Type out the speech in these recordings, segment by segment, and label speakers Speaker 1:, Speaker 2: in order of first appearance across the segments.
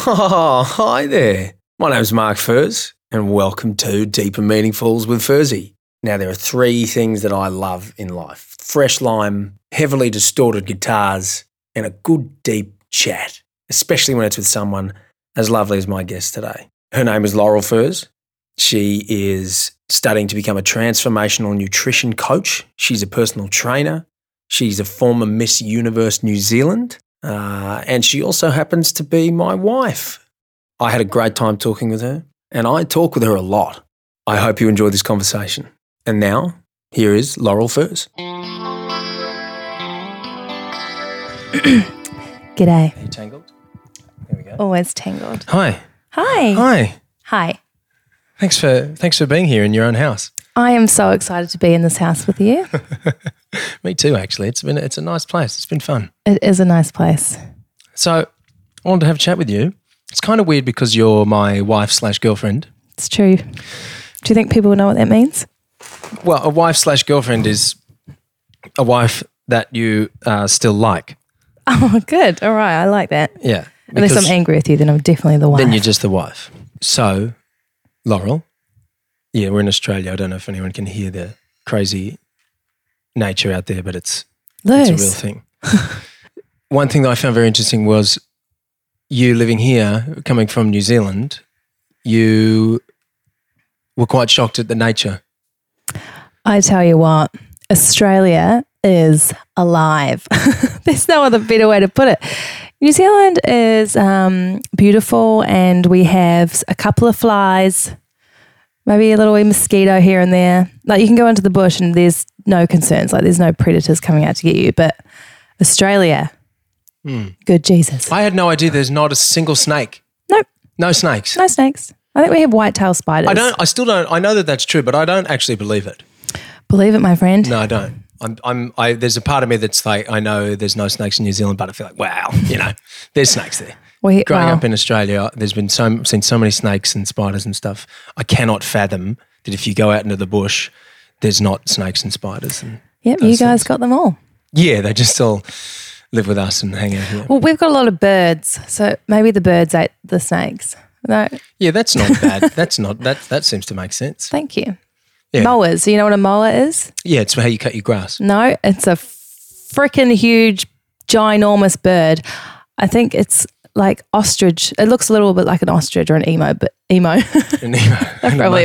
Speaker 1: Oh, hi there. My name's Mark Furs, and welcome to Deeper Meaningfuls with Fursey. Now, there are three things that I love in life fresh lime, heavily distorted guitars, and a good deep chat, especially when it's with someone as lovely as my guest today. Her name is Laurel Furs. She is studying to become a transformational nutrition coach. She's a personal trainer. She's a former Miss Universe New Zealand. Uh, and she also happens to be my wife. I had a great time talking with her, and I talk with her a lot. I hope you enjoy this conversation. And now, here is Laurel Furs.
Speaker 2: G'day.
Speaker 1: Are you tangled? There we go.
Speaker 2: Always tangled.
Speaker 1: Hi.
Speaker 2: Hi.
Speaker 1: Hi.
Speaker 2: Hi.
Speaker 1: Thanks for thanks for being here in your own house.
Speaker 2: I am so excited to be in this house with you.
Speaker 1: Me too, actually. It's been it's a nice place. It's been fun.
Speaker 2: it is a nice place.
Speaker 1: So I wanted to have a chat with you. It's kind of weird because you're my wife slash girlfriend.
Speaker 2: It's true. Do you think people will know what that means?
Speaker 1: Well, a wife slash girlfriend is a wife that you uh, still like.
Speaker 2: Oh, good. All right. I like that.
Speaker 1: Yeah.
Speaker 2: Unless I'm angry with you, then I'm definitely the one.
Speaker 1: Then you're just the wife. So, Laurel, yeah, we're in Australia. I don't know if anyone can hear the crazy nature out there, but it's, it's a real
Speaker 2: Loose.
Speaker 1: thing. One thing that I found very interesting was you living here, coming from New Zealand, you were quite shocked at the nature.
Speaker 2: I tell you what, Australia is alive. There's no other better way to put it. New Zealand is um, beautiful, and we have a couple of flies, maybe a little wee mosquito here and there. Like you can go into the bush and there's no concerns. Like there's no predators coming out to get you. But Australia, good Jesus,
Speaker 1: Hmm. I had no idea there's not a single snake.
Speaker 2: nope,
Speaker 1: No snakes.
Speaker 2: no snakes. I think we have whitetail spiders.
Speaker 1: I don't, I still don't, I know that that's true, but I don't actually believe it.
Speaker 2: believe it, my friend.
Speaker 1: No, I don't. I'm, I'm, I, there's a part of me that's like, I know there's no snakes in New Zealand, but I feel like, wow, you know, there's snakes there.
Speaker 2: We,
Speaker 1: Growing
Speaker 2: wow.
Speaker 1: up in Australia, there's been so, seen so many snakes and spiders and stuff. I cannot fathom that if you go out into the bush, there's not snakes and spiders. And
Speaker 2: yep, you guys got them all.
Speaker 1: yeah, they just all live with us and hang out here.
Speaker 2: Well, we've got a lot of birds, so maybe the birds ate the snakes. No,
Speaker 1: Yeah, that's not bad. that's not, that, that seems to make sense.
Speaker 2: thank you.
Speaker 1: Yeah.
Speaker 2: Mowers. Do you know what a mower is?
Speaker 1: Yeah, it's how you cut your grass.
Speaker 2: No, it's a freaking huge, ginormous bird. I think it's like ostrich. It looks a little bit like an ostrich or an emo, but emo. Probably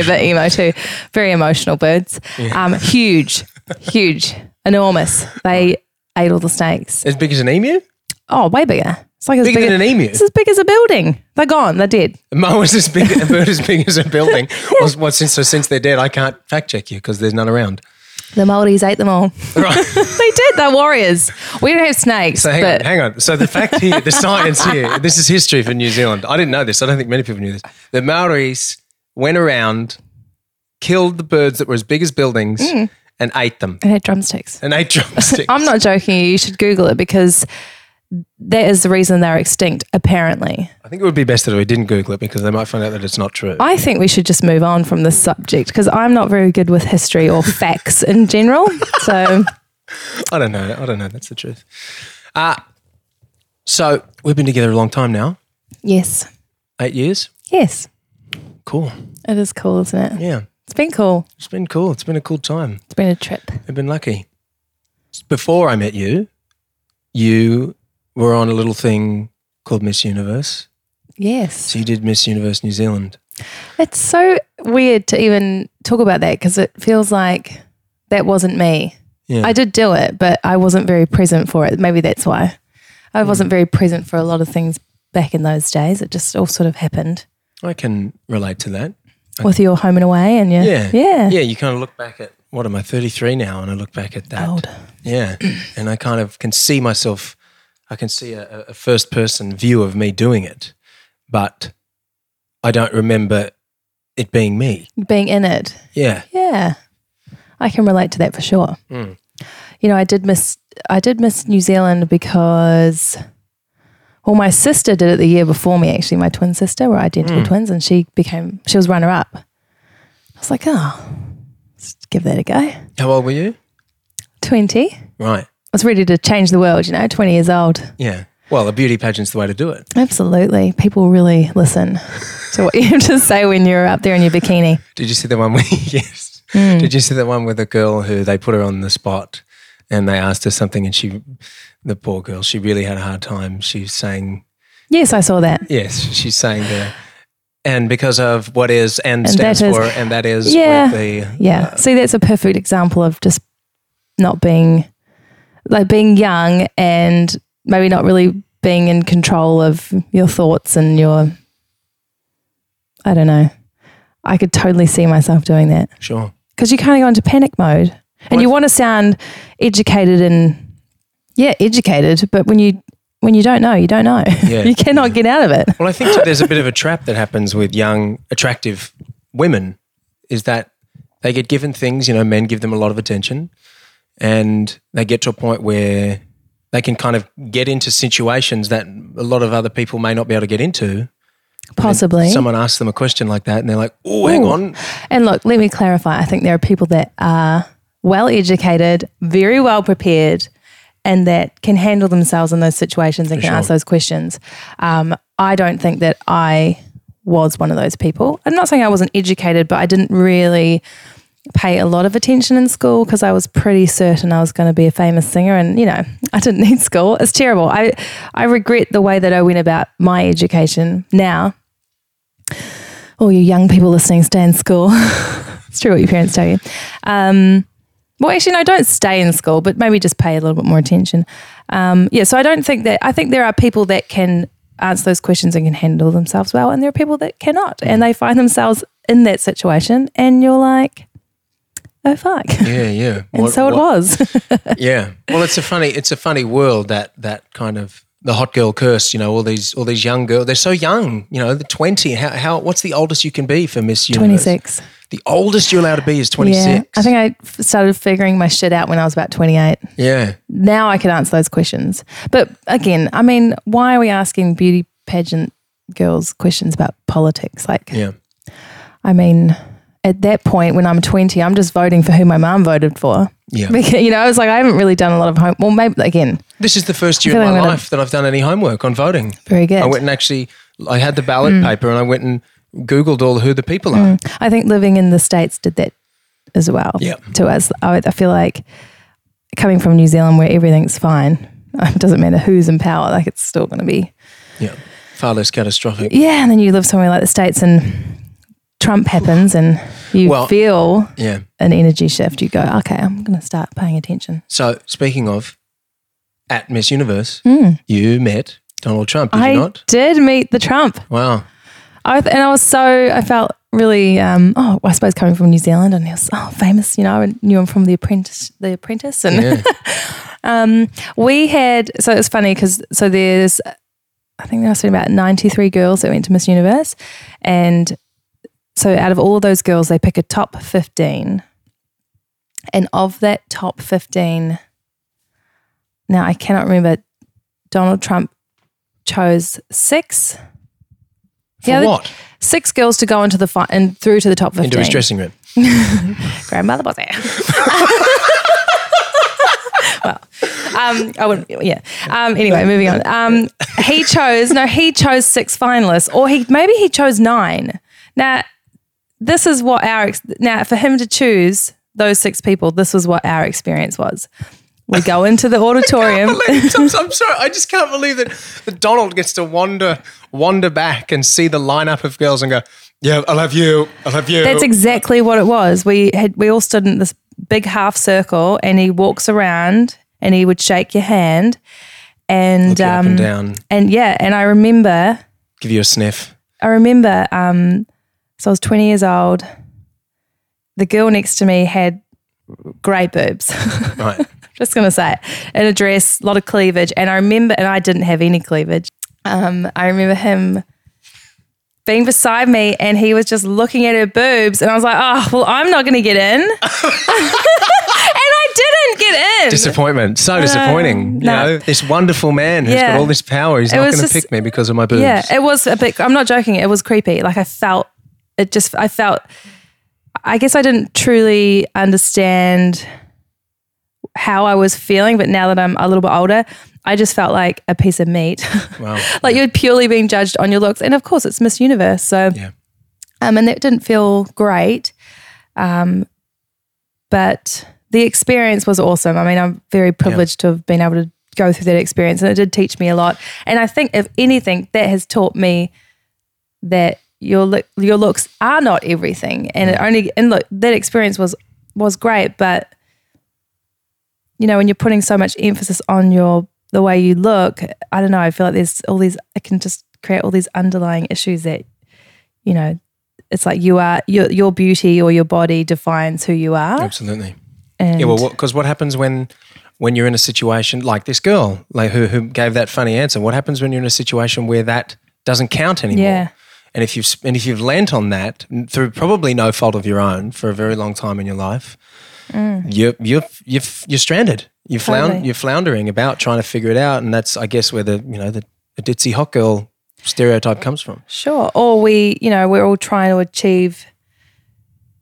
Speaker 2: a bit emo too. Very emotional birds. Um, huge, huge, enormous. They ate all the snakes.
Speaker 1: As big as an emu?
Speaker 2: Oh, way bigger. It's like as
Speaker 1: Bigger
Speaker 2: big
Speaker 1: than an emu?
Speaker 2: It's as big as a building. They're gone. They're dead.
Speaker 1: A mow is as big a bird as big as a building. Well, s- well, since so since they're dead, I can't fact check you because there's none around.
Speaker 2: The Maldives ate them all.
Speaker 1: Right.
Speaker 2: they did. They're warriors. We don't have snakes,
Speaker 1: So hang
Speaker 2: but
Speaker 1: on, hang on. So the fact here, the science here, this is history for New Zealand. I didn't know this. I don't think many people knew this. The Maoris went around, killed the birds that were as big as buildings, and ate them
Speaker 2: they had drumsticks.
Speaker 1: and ate drumsticks.
Speaker 2: Hmm. I'm not joking. You should Google it because that is the reason they're extinct. Apparently,
Speaker 1: I think it would be best that we didn't Google it because they might find out that it's not true.
Speaker 2: I think we should just move on from this subject because I'm not very good with history or facts in general. So
Speaker 1: I don't know. I don't know. That's the truth. Uh, so we've been together a long time now,
Speaker 2: yes,
Speaker 1: eight years.
Speaker 2: yes,
Speaker 1: Cool.
Speaker 2: it is cool, isn't it?
Speaker 1: Yeah.
Speaker 2: It's been cool.
Speaker 1: It's been cool. It's been a cool time.
Speaker 2: It's been a trip.
Speaker 1: I've been lucky. Before I met you, you were on a little thing called Miss Universe.
Speaker 2: Yes,
Speaker 1: So you did Miss Universe New Zealand.
Speaker 2: it's so weird to even talk about that because it feels like that wasn't me.
Speaker 1: Yeah.
Speaker 2: I did do it, but I wasn't very present for it. Maybe that's why.
Speaker 1: Hmm.
Speaker 2: I wasn't very present for a lot of things back in those days. It just all sort of happened
Speaker 1: I can relate to that.
Speaker 2: with your home and away and your
Speaker 1: Yeah.
Speaker 2: yeah.
Speaker 1: Yeah, you kind of look back at what am I 33 now and I look back at that.
Speaker 2: Old.
Speaker 1: Yeah. and I kind of can see myself I can see a, a first person view of me doing it, but I don't remember it being me.
Speaker 2: being in it.
Speaker 1: Yeah.
Speaker 2: Yeah, I can relate to that for sure. You know, I did miss I did miss New Zealand because well, my sister did it the year before me. Actually, my twin sister were identical twins, and she became she was runner up. I was like, oh, let's give that a go.
Speaker 1: How old were you?
Speaker 2: Twenty.
Speaker 1: Right.
Speaker 2: I was ready to change the world, you know, 20 years old.
Speaker 1: Yeah. Well, a beauty pageant's the way to do it.
Speaker 2: Absolutely. People really listen to what you have to say when you're up there in your bikini.
Speaker 1: Did you see the one where yes?
Speaker 2: Hmm.
Speaker 1: Did you see that one with the girl who they put her on the spot and they asked her something and she the poor girl, she really had a hard time. She sang
Speaker 2: Yes, I saw that.
Speaker 1: yes, she sang the and because of what is and,
Speaker 2: And
Speaker 1: stands
Speaker 2: that is-
Speaker 1: for and that is
Speaker 2: Yeah.
Speaker 1: with the
Speaker 2: Yeah. See, that's a perfect example of just not being, like being young and maybe not really being in control of your thoughts and your, I don't know. I could totally see myself doing that
Speaker 1: sure.
Speaker 2: because you kind of go into panic mode and you want to sound educated and, yeah, educated. But when you, when you don't know, you don't know.
Speaker 1: Yeah.
Speaker 2: you cannot get out of it.
Speaker 1: Well, I think too, there's a bit of a trap that happens with young, attractive women is that they get given things, you know, men give them a lot of attention and they get to a point where they can kind of get into situations that a lot of other people may not be able to get into.
Speaker 2: Possibly.
Speaker 1: Someone asks them a question like that and they're like, oh, hang on.
Speaker 2: And look, let me clarify. I think there are people that are well educated, very well prepared, and that can handle themselves in those situations and can ask those questions. Um, I don't think that I was one of those people. I'm not saying I wasn't educated, but I didn't really pay a lot of attention in school because I was pretty certain I was going to be a famous singer and you know I didn't need school it's terrible I I regret the way that I went about my education now all you young people listening, stay in school. it's true what your parents tell you. Um, well, actually, no, don't stay in school, but maybe just pay a little bit more attention. Um, yeah, so I don't think that, I think there are people that can answer those questions and can handle themselves well, and there are people that cannot, and they find themselves in that situation, and you're like, oh, fuck.
Speaker 1: Yeah, yeah.
Speaker 2: And so it was.
Speaker 1: yeah. Well, it's a funny, it's a funny world that that kind of the hot girl curse. You know, all these all these young girls. They're so young. You know, the twenty. How how what's the oldest you can be for Miss Universe?
Speaker 2: 26.
Speaker 1: The oldest you're allowed to be is 26.
Speaker 2: Yeah. I think I f- started figuring my shit out when I was about 28.
Speaker 1: Yeah.
Speaker 2: now I could answer those questions. But again, I mean, why are we asking beauty pageant girls questions about politics? Like,
Speaker 1: Yeah.
Speaker 2: I mean, at that point when I'm 20, I'm just voting for who my mom voted for.
Speaker 1: Yeah.
Speaker 2: Because, you know, I was like, I haven't really done a lot of home. Well, maybe again,
Speaker 1: This is the first year
Speaker 2: feel
Speaker 1: of
Speaker 2: like
Speaker 1: my
Speaker 2: I'm gonna-
Speaker 1: life that I've done any homework on voting.
Speaker 2: very good.
Speaker 1: I went and actually, I had the ballot
Speaker 2: Mm.
Speaker 1: paper and I went and Googled all who the people are.
Speaker 2: I think living in the States did that as well
Speaker 1: Yeah.
Speaker 2: to us. I, I feel like coming from New Zealand where everything's fine, it doesn't matter who's in power, like it's still going to be
Speaker 1: Yeah. Far less catastrophic.
Speaker 2: Yeah, and then you live somewhere like the States and Trump happens and you
Speaker 1: Well-
Speaker 2: feel
Speaker 1: Yeah.
Speaker 2: an energy shift. You go, okay, I'm going to start paying attention.
Speaker 1: So, speaking of, at Miss Universe, you met Donald Trump, did
Speaker 2: Mm. I
Speaker 1: you not?
Speaker 2: did meet the Trump.
Speaker 1: Wow.
Speaker 2: I th- and I was so, I felt really, um, oh, I suppose coming from New Zealand and he was, oh, famous, you know, I knew him from The Apprentice, The Apprentice. And
Speaker 1: Yeah.
Speaker 2: we had, so it's funny because, so there's, I think there must have been about 93 girls that went to Miss Universe. And so out of all of those girls, they pick a top 15. And of that top 15, now I cannot remember, Donald Trump chose six.
Speaker 1: For
Speaker 2: Yeah, the-
Speaker 1: what?
Speaker 2: Six girls to go into the fi- and through to the top 15.
Speaker 1: Into his dressing room.
Speaker 2: Grandmother was there. well, um, I wouldn't, yeah. Um, anyway, moving on. Um, he chose, no, he chose six finalists, or he maybe he chose nine. Now, this is what our, ex- now for him to choose those six people, this was what our experience was. We go into the auditorium.
Speaker 1: I'm, I'm sorry, I just can't believe that, that Donald gets to wander wander back and see the lineup of girls and go, yeah, I'll have you, I'll have you.
Speaker 2: That's exactly what it was. We had we all stood in this big half circle, and he walks around, and he would shake your hand, and
Speaker 1: Look you up
Speaker 2: um,
Speaker 1: and down.
Speaker 2: and yeah, and I remember,
Speaker 1: give you a sniff.
Speaker 2: I remember, um, so I was 20 years old. The girl next to me had great boobs.
Speaker 1: Right.
Speaker 2: just gonna say it. And a dress, a lot of cleavage. And I remember, and I didn't have any cleavage. Um, I remember him being beside me, and he was just looking at her boobs, and I was like, "Oh, well, I'm not gonna get in." and I didn't get in.
Speaker 1: Disappointment. So disappointing. you
Speaker 2: no.
Speaker 1: know, this wonderful man who's
Speaker 2: Um, Yeah.
Speaker 1: got all this power. He's not
Speaker 2: was
Speaker 1: going to
Speaker 2: just-
Speaker 1: pick me because of my boobs.
Speaker 2: yeah, it was a bit. I'm not joking. It was creepy. Like I felt it. Just I felt. I guess I didn't truly understand how I was feeling, but now that I'm a little bit older, I just felt like a piece of meat.
Speaker 1: Wow.
Speaker 2: like you're purely being judged on your looks. And of course, it's Miss Universe. So,
Speaker 1: Yeah.
Speaker 2: um, and that didn't feel great. Um, but the experience was awesome. I mean, I'm very privileged to have been able to go through that experience and it did teach me a lot. And I think, if anything, that has taught me that your look, your looks are not everything. And it only, and look, that experience was, was great, but you know, when you're putting so much emphasis on your the way you look, I don't know. I feel like there's all these. It can just create all these underlying issues that, you know, it's like you are your your beauty or your body defines who you are.
Speaker 1: Absolutely.
Speaker 2: And
Speaker 1: Yeah, well, because what happens when when you're in a situation like this girl, like who who gave that funny answer? What happens when you're in a situation where that doesn't count anymore?
Speaker 2: Yeah.
Speaker 1: And if you've s- and if you've lent on that n- through probably no fault of your own for a very long time in your life, you're you're you're f- you're stranded. You flound,
Speaker 2: Mm. Totally.
Speaker 1: You're floundering about trying to figure it out, and that's I guess where the you know the, the ditzy hot girl stereotype comes from.
Speaker 2: Sure. Or we, you know, we're all trying to achieve,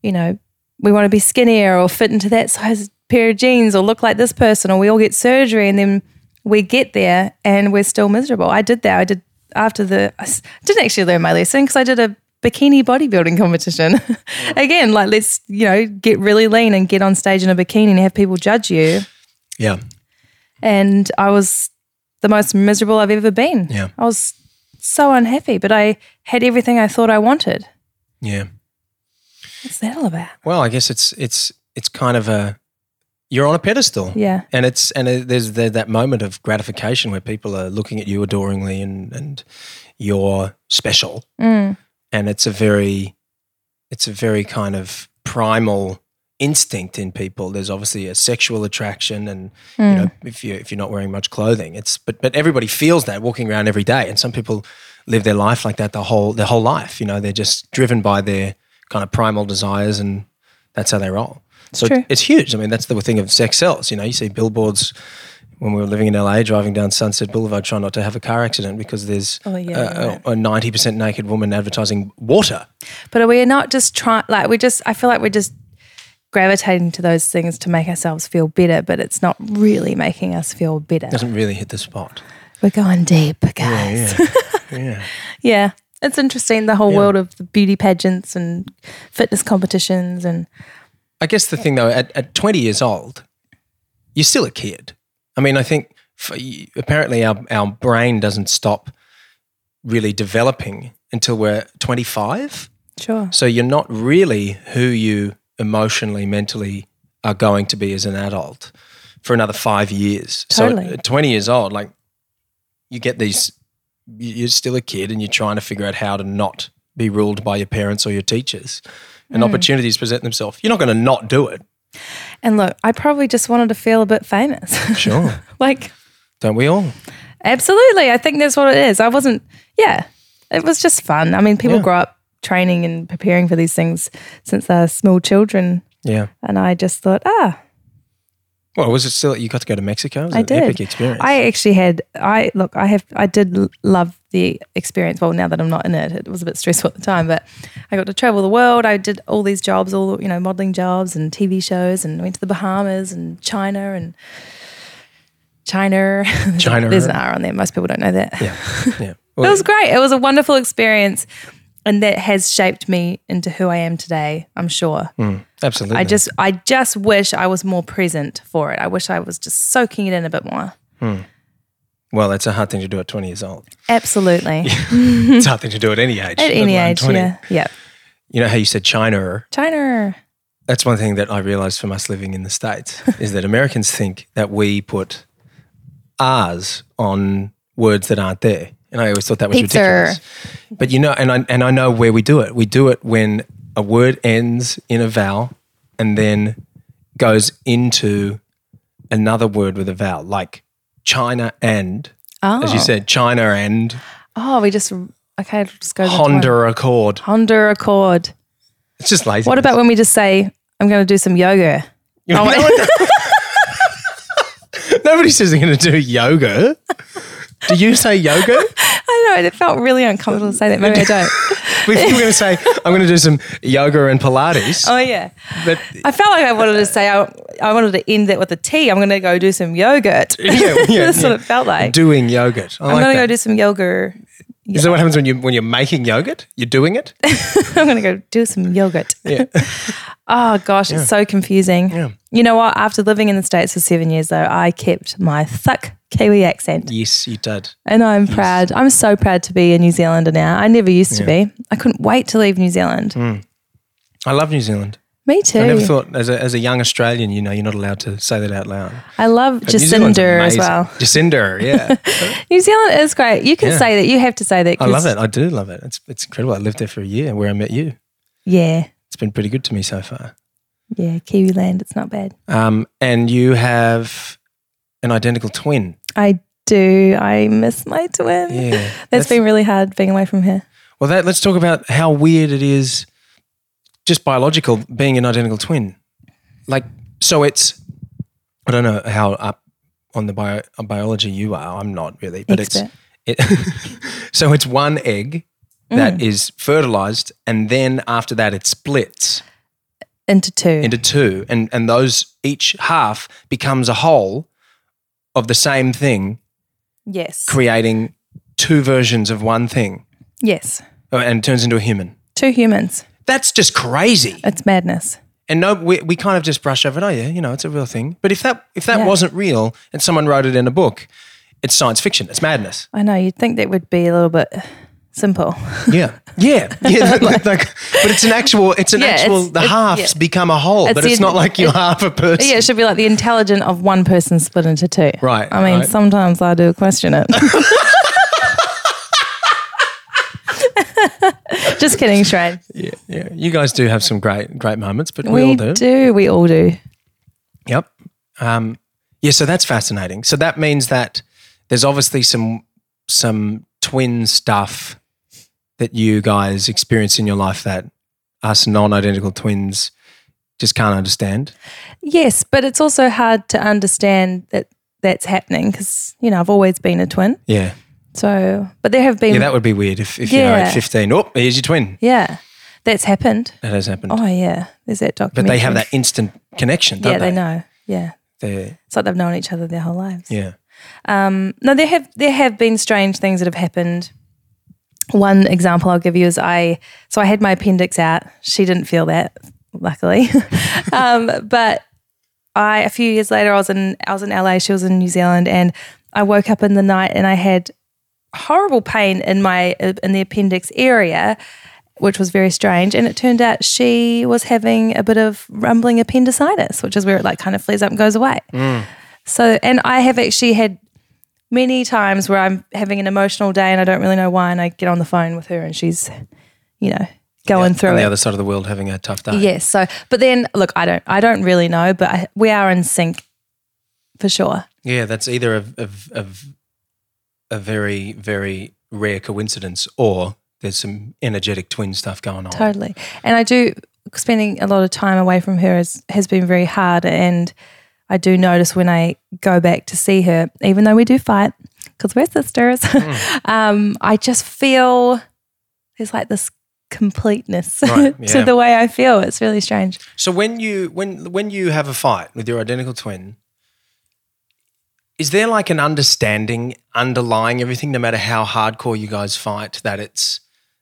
Speaker 2: you know, we want to be skinnier or fit into that size pair of jeans or look like this person, or we all get surgery and then we get there and we're still miserable. I did that. I did after the, I s- didn't actually learn my lesson because I did a bikini bodybuilding competition. Again, like let's, you know, get really lean and get on stage in a bikini and have people judge you.
Speaker 1: Yeah,
Speaker 2: And I was the most miserable I've ever been.
Speaker 1: Yeah.
Speaker 2: I was so unhappy, but I had everything I thought I wanted.
Speaker 1: yeah.
Speaker 2: What's that all about?
Speaker 1: Well, I guess it's it's it's kind of a you're on a pedestal.
Speaker 2: Yeah.
Speaker 1: and it's and it, there's the, that moment of gratification where people are looking at you adoringly and and you're special
Speaker 2: Mm.
Speaker 1: and it's a very it's a very kind of primal instinct in people there's obviously a sexual attraction and you
Speaker 2: Mm.
Speaker 1: know if you if you're not wearing much clothing it's but but everybody feels that walking around every day and some people live their life like that the whole their whole life you know they're just driven by their kind of primal desires and that's how they roll so
Speaker 2: true.
Speaker 1: it's, huge i mean that's the thing of sex sells you know you see billboards when we were living in LA, driving down Sunset Boulevard, trying not to have a car accident because there's
Speaker 2: Oh, yeah,
Speaker 1: a- a ninety percent naked woman advertising water.
Speaker 2: But we're not just trying, like, we're just, I feel like we're just gravitating to those things to make ourselves feel better, but it's not really making us feel better.
Speaker 1: Doesn't really hit the spot.
Speaker 2: We're going deep, guys. Yeah.
Speaker 1: Yeah, yeah.
Speaker 2: It's interesting, the whole world of the beauty pageants and fitness competitions. And
Speaker 1: I guess the thing though, at, at twenty years old, you're still a kid. I mean, I think for, apparently our our brain doesn't stop really developing until we're twenty five.
Speaker 2: sure.
Speaker 1: So you're not really who you emotionally, mentally are going to be as an adult for another five years. So
Speaker 2: Totally.
Speaker 1: at 20 years old, like you get these, you- you're still a kid and you're trying to figure out how to not be ruled by your parents or your teachers.
Speaker 2: Mm.
Speaker 1: And opportunities present themselves. You're not going to not do it.
Speaker 2: And look, I probably just wanted to feel a bit famous.
Speaker 1: Sure.
Speaker 2: like,
Speaker 1: Don't we all?
Speaker 2: Absolutely. I think that's what it is. I wasn't, yeah, it was just fun. I mean, people
Speaker 1: Yeah.
Speaker 2: grow up training and preparing for these things since they're small children.
Speaker 1: Yeah.
Speaker 2: And I just thought, ah,
Speaker 1: Well, was it still, you got to go to Mexico? It was
Speaker 2: I
Speaker 1: an
Speaker 2: did.
Speaker 1: epic experience.
Speaker 2: I actually had, I look, I have, I did l- love the experience. Well, now that I'm not in it, it was a bit stressful at the time, but I got to travel the world. I did all these jobs, all, you know, modeling jobs and TV shows and went to the Bahamas and China and China. There's a-
Speaker 1: China.
Speaker 2: There's an R on there. Most people don't know that.
Speaker 1: yeah. Yeah. Well,
Speaker 2: It was great. It was a wonderful experience. And that has shaped me into who I am today, I'm sure.
Speaker 1: Mm-hmm. absolutely.
Speaker 2: I just I just wish I was more present for it. I wish I was just soaking it in a bit more.
Speaker 1: well, that's a hard thing to do at 20 years old.
Speaker 2: Absolutely.
Speaker 1: it's a hard thing to do at any age.
Speaker 2: At
Speaker 1: let
Speaker 2: any
Speaker 1: alone
Speaker 2: age.
Speaker 1: 20.
Speaker 2: Yeah. Yeah.
Speaker 1: You know how you said China?
Speaker 2: China.
Speaker 1: That's one thing that I realized from us living in the States is that Americans think that we put R's on words that aren't there. And I always thought that was
Speaker 2: Pizza.
Speaker 1: ridiculous. But you know, and I, and I know where we do it. We do it when a word ends in a vowel and then goes into another word with a vowel, like China and,
Speaker 2: Oh.
Speaker 1: as you said, China and
Speaker 2: Oh, we just okay, just go with one.
Speaker 1: Honda Accord.
Speaker 2: Honda Accord.
Speaker 1: It's just lazy.
Speaker 2: What about when we just say, I'm gonna do some yoga?
Speaker 1: You
Speaker 2: Oh,
Speaker 1: know what? Nobody says they're going to do yoga. Do you say yoga?
Speaker 2: I don't know, it felt really uncomfortable to say that. Maybe I don't.
Speaker 1: we were going to say, I'm going to do some yoga and Pilates.
Speaker 2: Oh yeah.
Speaker 1: But
Speaker 2: I felt like I wanted to say I, I wanted to end it with a T. I'm going to go do some yogurt.
Speaker 1: yeah, yeah,
Speaker 2: That's
Speaker 1: yeah.
Speaker 2: what it felt like.
Speaker 1: doing yogurt. I
Speaker 2: I'm
Speaker 1: like
Speaker 2: going to
Speaker 1: that.
Speaker 2: go do some yogurt.
Speaker 1: Is that what happens when you when you're making yogurt? You're doing it.
Speaker 2: I'm going to go do some yogurt.
Speaker 1: Yeah.
Speaker 2: Oh gosh, it's so confusing.
Speaker 1: Yeah.
Speaker 2: You know what? After living in the States for seven years, though, I kept my thuck Kiwi accent,
Speaker 1: yes, you did.
Speaker 2: and I'm proud. I'm so proud to be a New Zealander now. I never used to be. I couldn't wait to leave New Zealand.
Speaker 1: I love New Zealand.
Speaker 2: Me too.
Speaker 1: Mm. I never thought as a, as a young Australian, you know, you're not allowed to say that out loud.
Speaker 2: I love
Speaker 1: New Zealand's
Speaker 2: Jacinda as
Speaker 1: amazing.
Speaker 2: well.
Speaker 1: Jacinda, yeah.
Speaker 2: New Zealand is great. You can
Speaker 1: Yeah.
Speaker 2: say that. You have to say that.
Speaker 1: I love it. I do love it. It's it's incredible. I lived there for a year where I met you.
Speaker 2: Yeah.
Speaker 1: It's been pretty good to me so far.
Speaker 2: Yeah. Kiwi land. It's not bad.
Speaker 1: Um, and you have an identical twin.
Speaker 2: I do. I miss my twin.
Speaker 1: Yeah.
Speaker 2: that's been really hard being away from here.
Speaker 1: Well, that let's talk about how weird it is, just biological being an identical twin. Like, so it's, I don't know how up on the bio, on biology you are. I'm not really, but
Speaker 2: Expert.
Speaker 1: it's it. so it's one egg that is fertilized, and then after that it splits
Speaker 2: Into two.
Speaker 1: into two, and and those each half becomes a whole of the same thing,
Speaker 2: yes.
Speaker 1: creating two versions of one thing,
Speaker 2: yes.
Speaker 1: uh, and turns into a human.
Speaker 2: Two humans.
Speaker 1: That's just crazy.
Speaker 2: It's madness.
Speaker 1: And no, we, we kind of just brush over it. Oh yeah, you know, it's a real thing. But if that if that
Speaker 2: Yeah.
Speaker 1: wasn't real and someone wrote it in a book, it's science fiction. It's madness.
Speaker 2: I know you'd think that would be a little bit simple.
Speaker 1: Yeah, yeah, yeah. like, but it's an actual. It's an
Speaker 2: Yeah, it's-
Speaker 1: actual. the
Speaker 2: it's-
Speaker 1: halves
Speaker 2: yeah.
Speaker 1: become a whole, but
Speaker 2: the-
Speaker 1: it's not like you're half a person.
Speaker 2: yeah, it should be like the intelligent of one person split into two.
Speaker 1: Right,
Speaker 2: I mean,
Speaker 1: right.
Speaker 2: sometimes I do question it. Just kidding, Shred.
Speaker 1: yeah, yeah. You guys do have some great great moments, but we,
Speaker 2: We
Speaker 1: all do.
Speaker 2: do. We all do.
Speaker 1: Yep. Um, yeah. So that's fascinating. So that means that there's obviously some some twin stuff that you guys experience in your life that us non-identical twins just can't understand.
Speaker 2: Yes, but it's also hard to understand that that's happening because you know I've always been a twin.
Speaker 1: Yeah.
Speaker 2: So, but there have been
Speaker 1: Yeah.
Speaker 2: yeah,
Speaker 1: That would be weird if, if you know
Speaker 2: Yeah.
Speaker 1: at 15, oh, here's your twin.
Speaker 2: that's happened.
Speaker 1: That has happened.
Speaker 2: Oh yeah, there's that
Speaker 1: but
Speaker 2: documentary.
Speaker 1: they have that instant connection, don't
Speaker 2: Yeah,
Speaker 1: they?
Speaker 2: they know. Yeah,
Speaker 1: They're-
Speaker 2: it's like they've known each other their whole lives.
Speaker 1: yeah.
Speaker 2: Um, no, there have there have been strange things that have happened. One example I'll give you is I so I had my appendix out. She didn't feel that, luckily. um, but I a few years later I was in I was in LA, she was in New Zealand, and I woke up in the night and I had horrible pain in my in the appendix area, which was very strange. And it turned out she was having a bit of rumbling appendicitis, which is where it like kind of flares up and goes away. So, and I have actually had many times where I'm having an emotional day and I don't really know why, and I get on the phone with her and she's, you know, going through
Speaker 1: On the
Speaker 2: it.
Speaker 1: other side of the world having a tough day.
Speaker 2: Yes. So, but then look, I don't, I don't really know, but I, we are in sync for sure.
Speaker 1: Yeah, that's either a, a, a, a very, very rare coincidence or there's some energetic twin stuff going on.
Speaker 2: Totally. And I do spending a lot of time away from her is, has been very hard. And I do notice when I go back to see her, even though we do fight because we're sisters,
Speaker 1: Mm.
Speaker 2: um, I just feel there's like this completeness
Speaker 1: Right, yeah.
Speaker 2: to the way I feel. It's really strange.
Speaker 1: So when you when when you have a fight with your identical twin, is there like an understanding underlying everything, no matter how hardcore you guys fight, that it's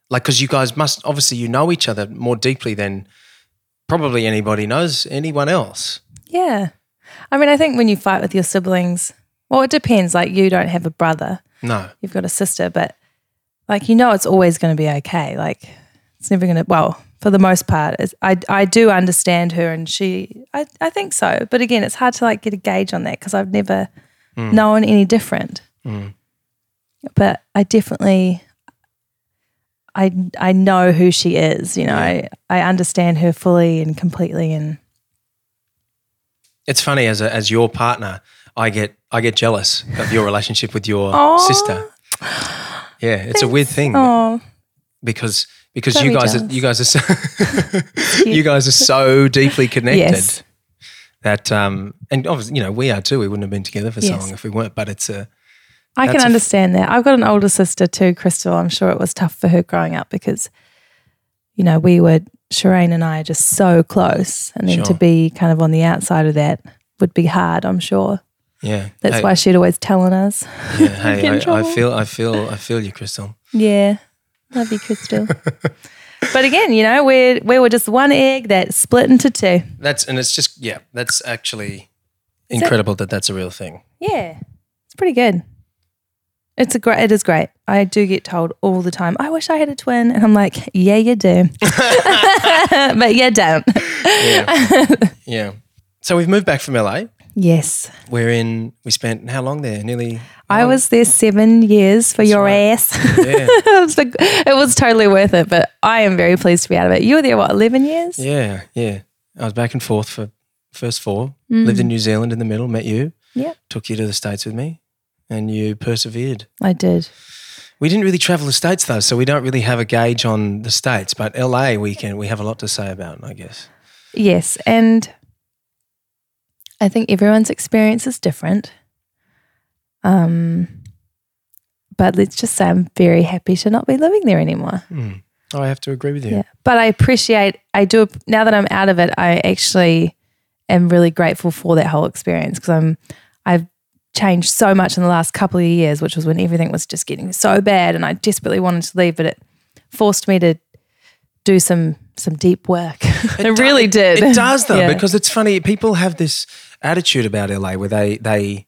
Speaker 1: like because you guys must obviously you know each other more deeply than probably anybody knows anyone else.
Speaker 2: Yeah. I mean, I think when you fight with your siblings, well, it depends. Like, you don't have a brother,
Speaker 1: No.
Speaker 2: you've got a sister, but like you know it's always going to be okay like it's never going to well for the most part it's- I, I do understand her and she I, I think so but again it's hard to like get a gauge on that because i've never known any different but i definitely I, I know who she is you know I, I understand her fully and completely and
Speaker 1: It's funny as a, as your partner, I get I get jealous of your relationship with your sister. Yeah, it's a weird thing
Speaker 2: oh
Speaker 1: because because
Speaker 2: Don't
Speaker 1: you
Speaker 2: be
Speaker 1: guys are,
Speaker 2: jealous.
Speaker 1: you guys are so, you guys are so deeply connected
Speaker 2: Yes.
Speaker 1: that um and obviously you know we are too. We wouldn't have been together for so
Speaker 2: Yes.
Speaker 1: long if we weren't. But it's a
Speaker 2: I can
Speaker 1: That's a f-
Speaker 2: understand that. I've got an older sister too, Crystal. I'm sure it was tough for her growing up because you know, we were, Shireen and I are just so close. And then to
Speaker 3: Sure.
Speaker 2: be kind of on the outside of that would be hard, I'm sure.
Speaker 1: Yeah.
Speaker 2: That's
Speaker 1: Hey,
Speaker 2: why she'd always telling us.
Speaker 1: yeah,
Speaker 2: get in
Speaker 1: hey, I, I
Speaker 2: trouble.
Speaker 1: feel I feel I feel you, Crystal.
Speaker 2: Yeah. Love you, Crystal. but again, you know, we we were just one egg that split into two.
Speaker 1: That's and it's just yeah, that's actually incredible that that's a real thing.
Speaker 2: Yeah. It's pretty good. It's a great it is great. I do get told all the time, I wish I had a twin. And I'm like, yeah, you do. but you don't.
Speaker 1: Yeah. yeah. So we've moved back from LA.
Speaker 2: Yes.
Speaker 1: We're in we spent how long there? Nearly
Speaker 2: I was there seven years for your ass.
Speaker 1: Yeah.
Speaker 2: it, was like- it was totally worth it, but I am very pleased to be out of it. You were there, what, 11 years?
Speaker 1: Yeah, yeah. I was back and forth for first four. Lived in New Zealand in the middle, met you,
Speaker 2: Yep.
Speaker 1: took you to the States with me, and you persevered.
Speaker 2: I did.
Speaker 1: We didn't really travel the States though, so we don't really have a gauge on the States, but LA we can we have a lot to say about, I guess.
Speaker 2: Yes. And I think everyone's experience is different. Um, but let's just say I'm very happy to not be living there anymore.
Speaker 1: Oh, I have to agree with you.
Speaker 2: Yeah. But I appreciate, I do, now that I'm out of it, I actually am really grateful for that whole experience because I'm, I've changed so much in the last couple of years, which was when everything was just getting so bad and I desperately wanted to leave, but it forced me to do some, some deep work. It,
Speaker 1: do-
Speaker 2: really did.
Speaker 1: It does though,
Speaker 2: Yeah.
Speaker 1: because it's funny. People have this attitude about LA where they they,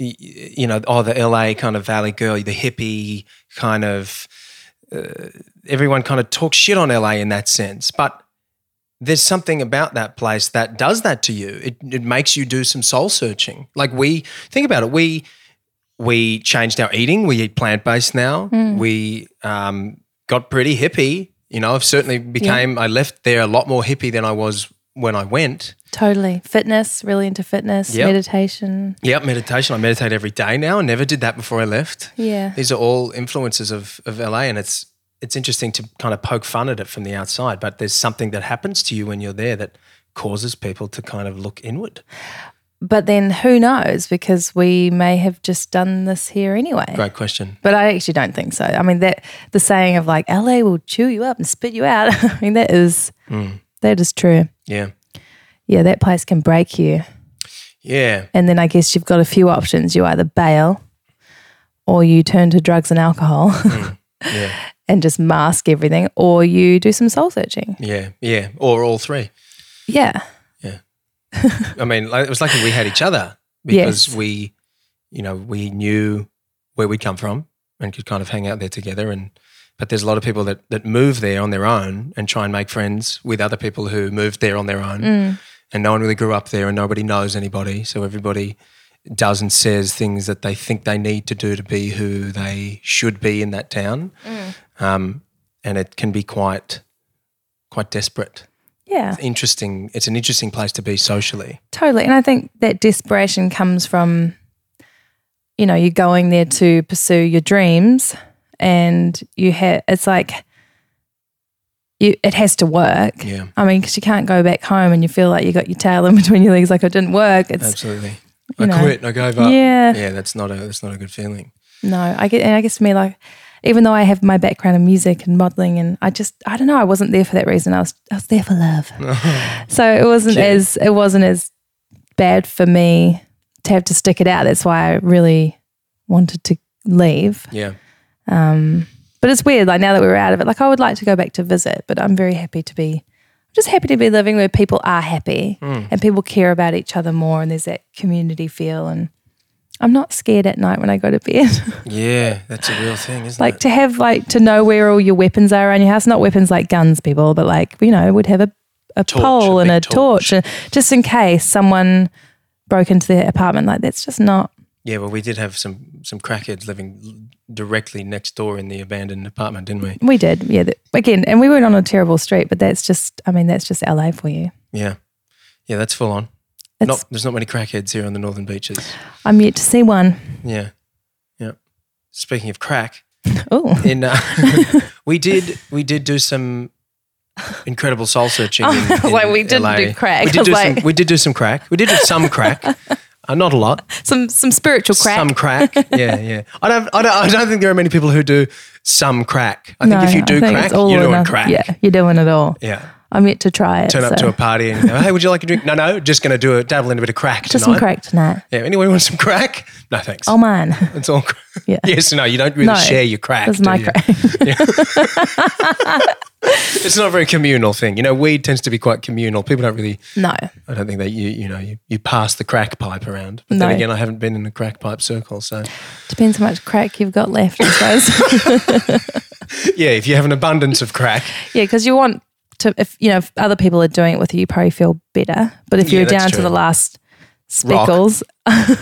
Speaker 1: y- you know, oh the LA kind of valley girl, the hippie kind of. Uh, everyone kind of talks shit on LA in that sense, but there's something about that place that does that to you. It it makes you do some soul searching. Like we think about it, we we changed our eating. We eat plant based now. We um, got pretty hippie. You know, I've certainly became. I left there a lot more hippie than I was when I went.
Speaker 2: Totally. Fitness, really into fitness,
Speaker 1: Yep.
Speaker 2: meditation.
Speaker 1: Yep, meditation. I meditate every day now. I never did that before I left.
Speaker 2: Yeah.
Speaker 1: These are all influences of of LA, and it's it's interesting to kind of poke fun at it from the outside. But there's something that happens to you when you're there that causes people to kind of look inward.
Speaker 2: But then who knows? Because we may have just done this here anyway.
Speaker 1: Great question.
Speaker 2: But I actually don't think so. I mean, that the saying of like LA will chew you up and spit you out. I mean, that is
Speaker 1: Hmm.
Speaker 2: that is true.
Speaker 1: Yeah,
Speaker 2: Yeah, that place can break you.
Speaker 1: yeah,
Speaker 2: And then I guess you've got a few options. You either bail or you turn to drugs and alcohol
Speaker 1: Hmm. yeah,
Speaker 2: and just mask everything, or you do some soul searching.
Speaker 1: yeah, yeah. Or all three.
Speaker 2: Yeah.
Speaker 1: I mean, like, it was lucky we had each other because
Speaker 2: Yes.
Speaker 1: we, you know, we knew where we'd come from and could kind of hang out there together. And but there's a lot of people that that move there on their own and try and make friends with other people who moved there on their own, and no one really grew up there, and nobody knows anybody, so everybody does and says things that they think they need to do to be who they should be in that town, um, and it can be quite quite desperate.
Speaker 2: Yeah.
Speaker 1: Interesting. It's an interesting place to be socially.
Speaker 2: Totally. And I think that desperation comes from, you know, you're going there to pursue your dreams and you have, it's like, you, it has to work.
Speaker 1: Yeah.
Speaker 2: I mean, because you can't go back home and you feel like you got your tail in between your legs, like it didn't work. It's
Speaker 1: Absolutely. I
Speaker 2: you know.
Speaker 1: quit. I gave up.
Speaker 2: Yeah.
Speaker 1: Yeah, that's not a that's not a good feeling.
Speaker 2: no. I get, and I guess for me, like, even though I have my background in music and modeling, and I just, I don't know, I wasn't there for that reason. I was, I was there for love. so it wasn't as, it wasn't as bad for me to have to stick it out. That's why I really wanted to leave.
Speaker 1: Yeah.
Speaker 2: But it's weird, like now that we were out of it, like I would like to go back to visit, but I'm very happy to be I'm just happy to be living where people are happy and people care about each other more and there's that community feel and I'm not scared at night when I go to bed.
Speaker 1: Yeah, that's a real thing, isn't
Speaker 2: like
Speaker 1: it?
Speaker 2: to have like to know where all your weapons are around your house, not weapons like guns, people, but like, you know, would have a, a
Speaker 1: Torch,
Speaker 2: pole
Speaker 1: a
Speaker 2: and
Speaker 1: big
Speaker 2: a torch,
Speaker 1: torch.
Speaker 2: and just in case someone broke into their apartment. Like that's just not
Speaker 1: Yeah, well, we did have some some crackheads living directly next door in the abandoned apartment, didn't we?
Speaker 2: We did, yeah. That, again, and we weren't on a terrible street, but that's just, I mean, that's just LA for you.
Speaker 1: Yeah. Yeah, that's full on.
Speaker 2: It's,
Speaker 1: Not, there's not many crackheads here on the northern beaches.
Speaker 2: I'm yet to see one.
Speaker 1: Yeah. Yeah. Speaking of crack,
Speaker 2: Oh,
Speaker 1: in uh, we did we did do some incredible soul searching. in-
Speaker 2: I was like,
Speaker 1: in
Speaker 2: Oh, we didn't
Speaker 1: LA.
Speaker 2: do crack.
Speaker 1: We
Speaker 2: I
Speaker 1: did
Speaker 2: was
Speaker 1: do
Speaker 2: like-
Speaker 1: some. We did do some crack. We did do some crack. Uh, not a lot.
Speaker 2: Some some spiritual crack.
Speaker 1: Some crack. Yeah, yeah. I don't, I don't. I don't think there are many people who do some crack. I think if you do crack,
Speaker 2: it's all
Speaker 1: you're
Speaker 2: or
Speaker 1: doing
Speaker 2: nothing.
Speaker 1: crack.
Speaker 2: Yeah, you're doing it all.
Speaker 1: Yeah.
Speaker 2: I'm yet to try it.
Speaker 1: Turn up to
Speaker 2: so.
Speaker 1: a party and go, hey, would you like a drink? No, no, just going to do a dabble in a bit of crack
Speaker 2: just some
Speaker 1: tonight.
Speaker 2: crack tonight.
Speaker 1: Yeah. Anyone want some crack? No, thanks.
Speaker 2: Oh man,
Speaker 1: It's all. Cr-
Speaker 2: Yeah.
Speaker 1: yes. No, you don't really
Speaker 2: No,
Speaker 1: share your crack.
Speaker 2: that's
Speaker 1: do
Speaker 2: my
Speaker 1: you?
Speaker 2: crack.
Speaker 1: It's not a very communal thing. You know, weed tends to be quite communal. People don't really.
Speaker 2: No,
Speaker 1: I don't think that you you know you, you pass the crack pipe around. But
Speaker 2: No.
Speaker 1: then again, I haven't been in a crack pipe circle, so
Speaker 2: depends how much crack you've got left, I suppose.
Speaker 1: yeah. If you have an abundance of crack,
Speaker 2: yeah, because you want to. If you know, if other people are doing it with you, you probably feel better. But if
Speaker 1: Yeah,
Speaker 2: you're
Speaker 1: that's
Speaker 2: down
Speaker 1: true.
Speaker 2: to the last
Speaker 1: Rock.
Speaker 2: speckles,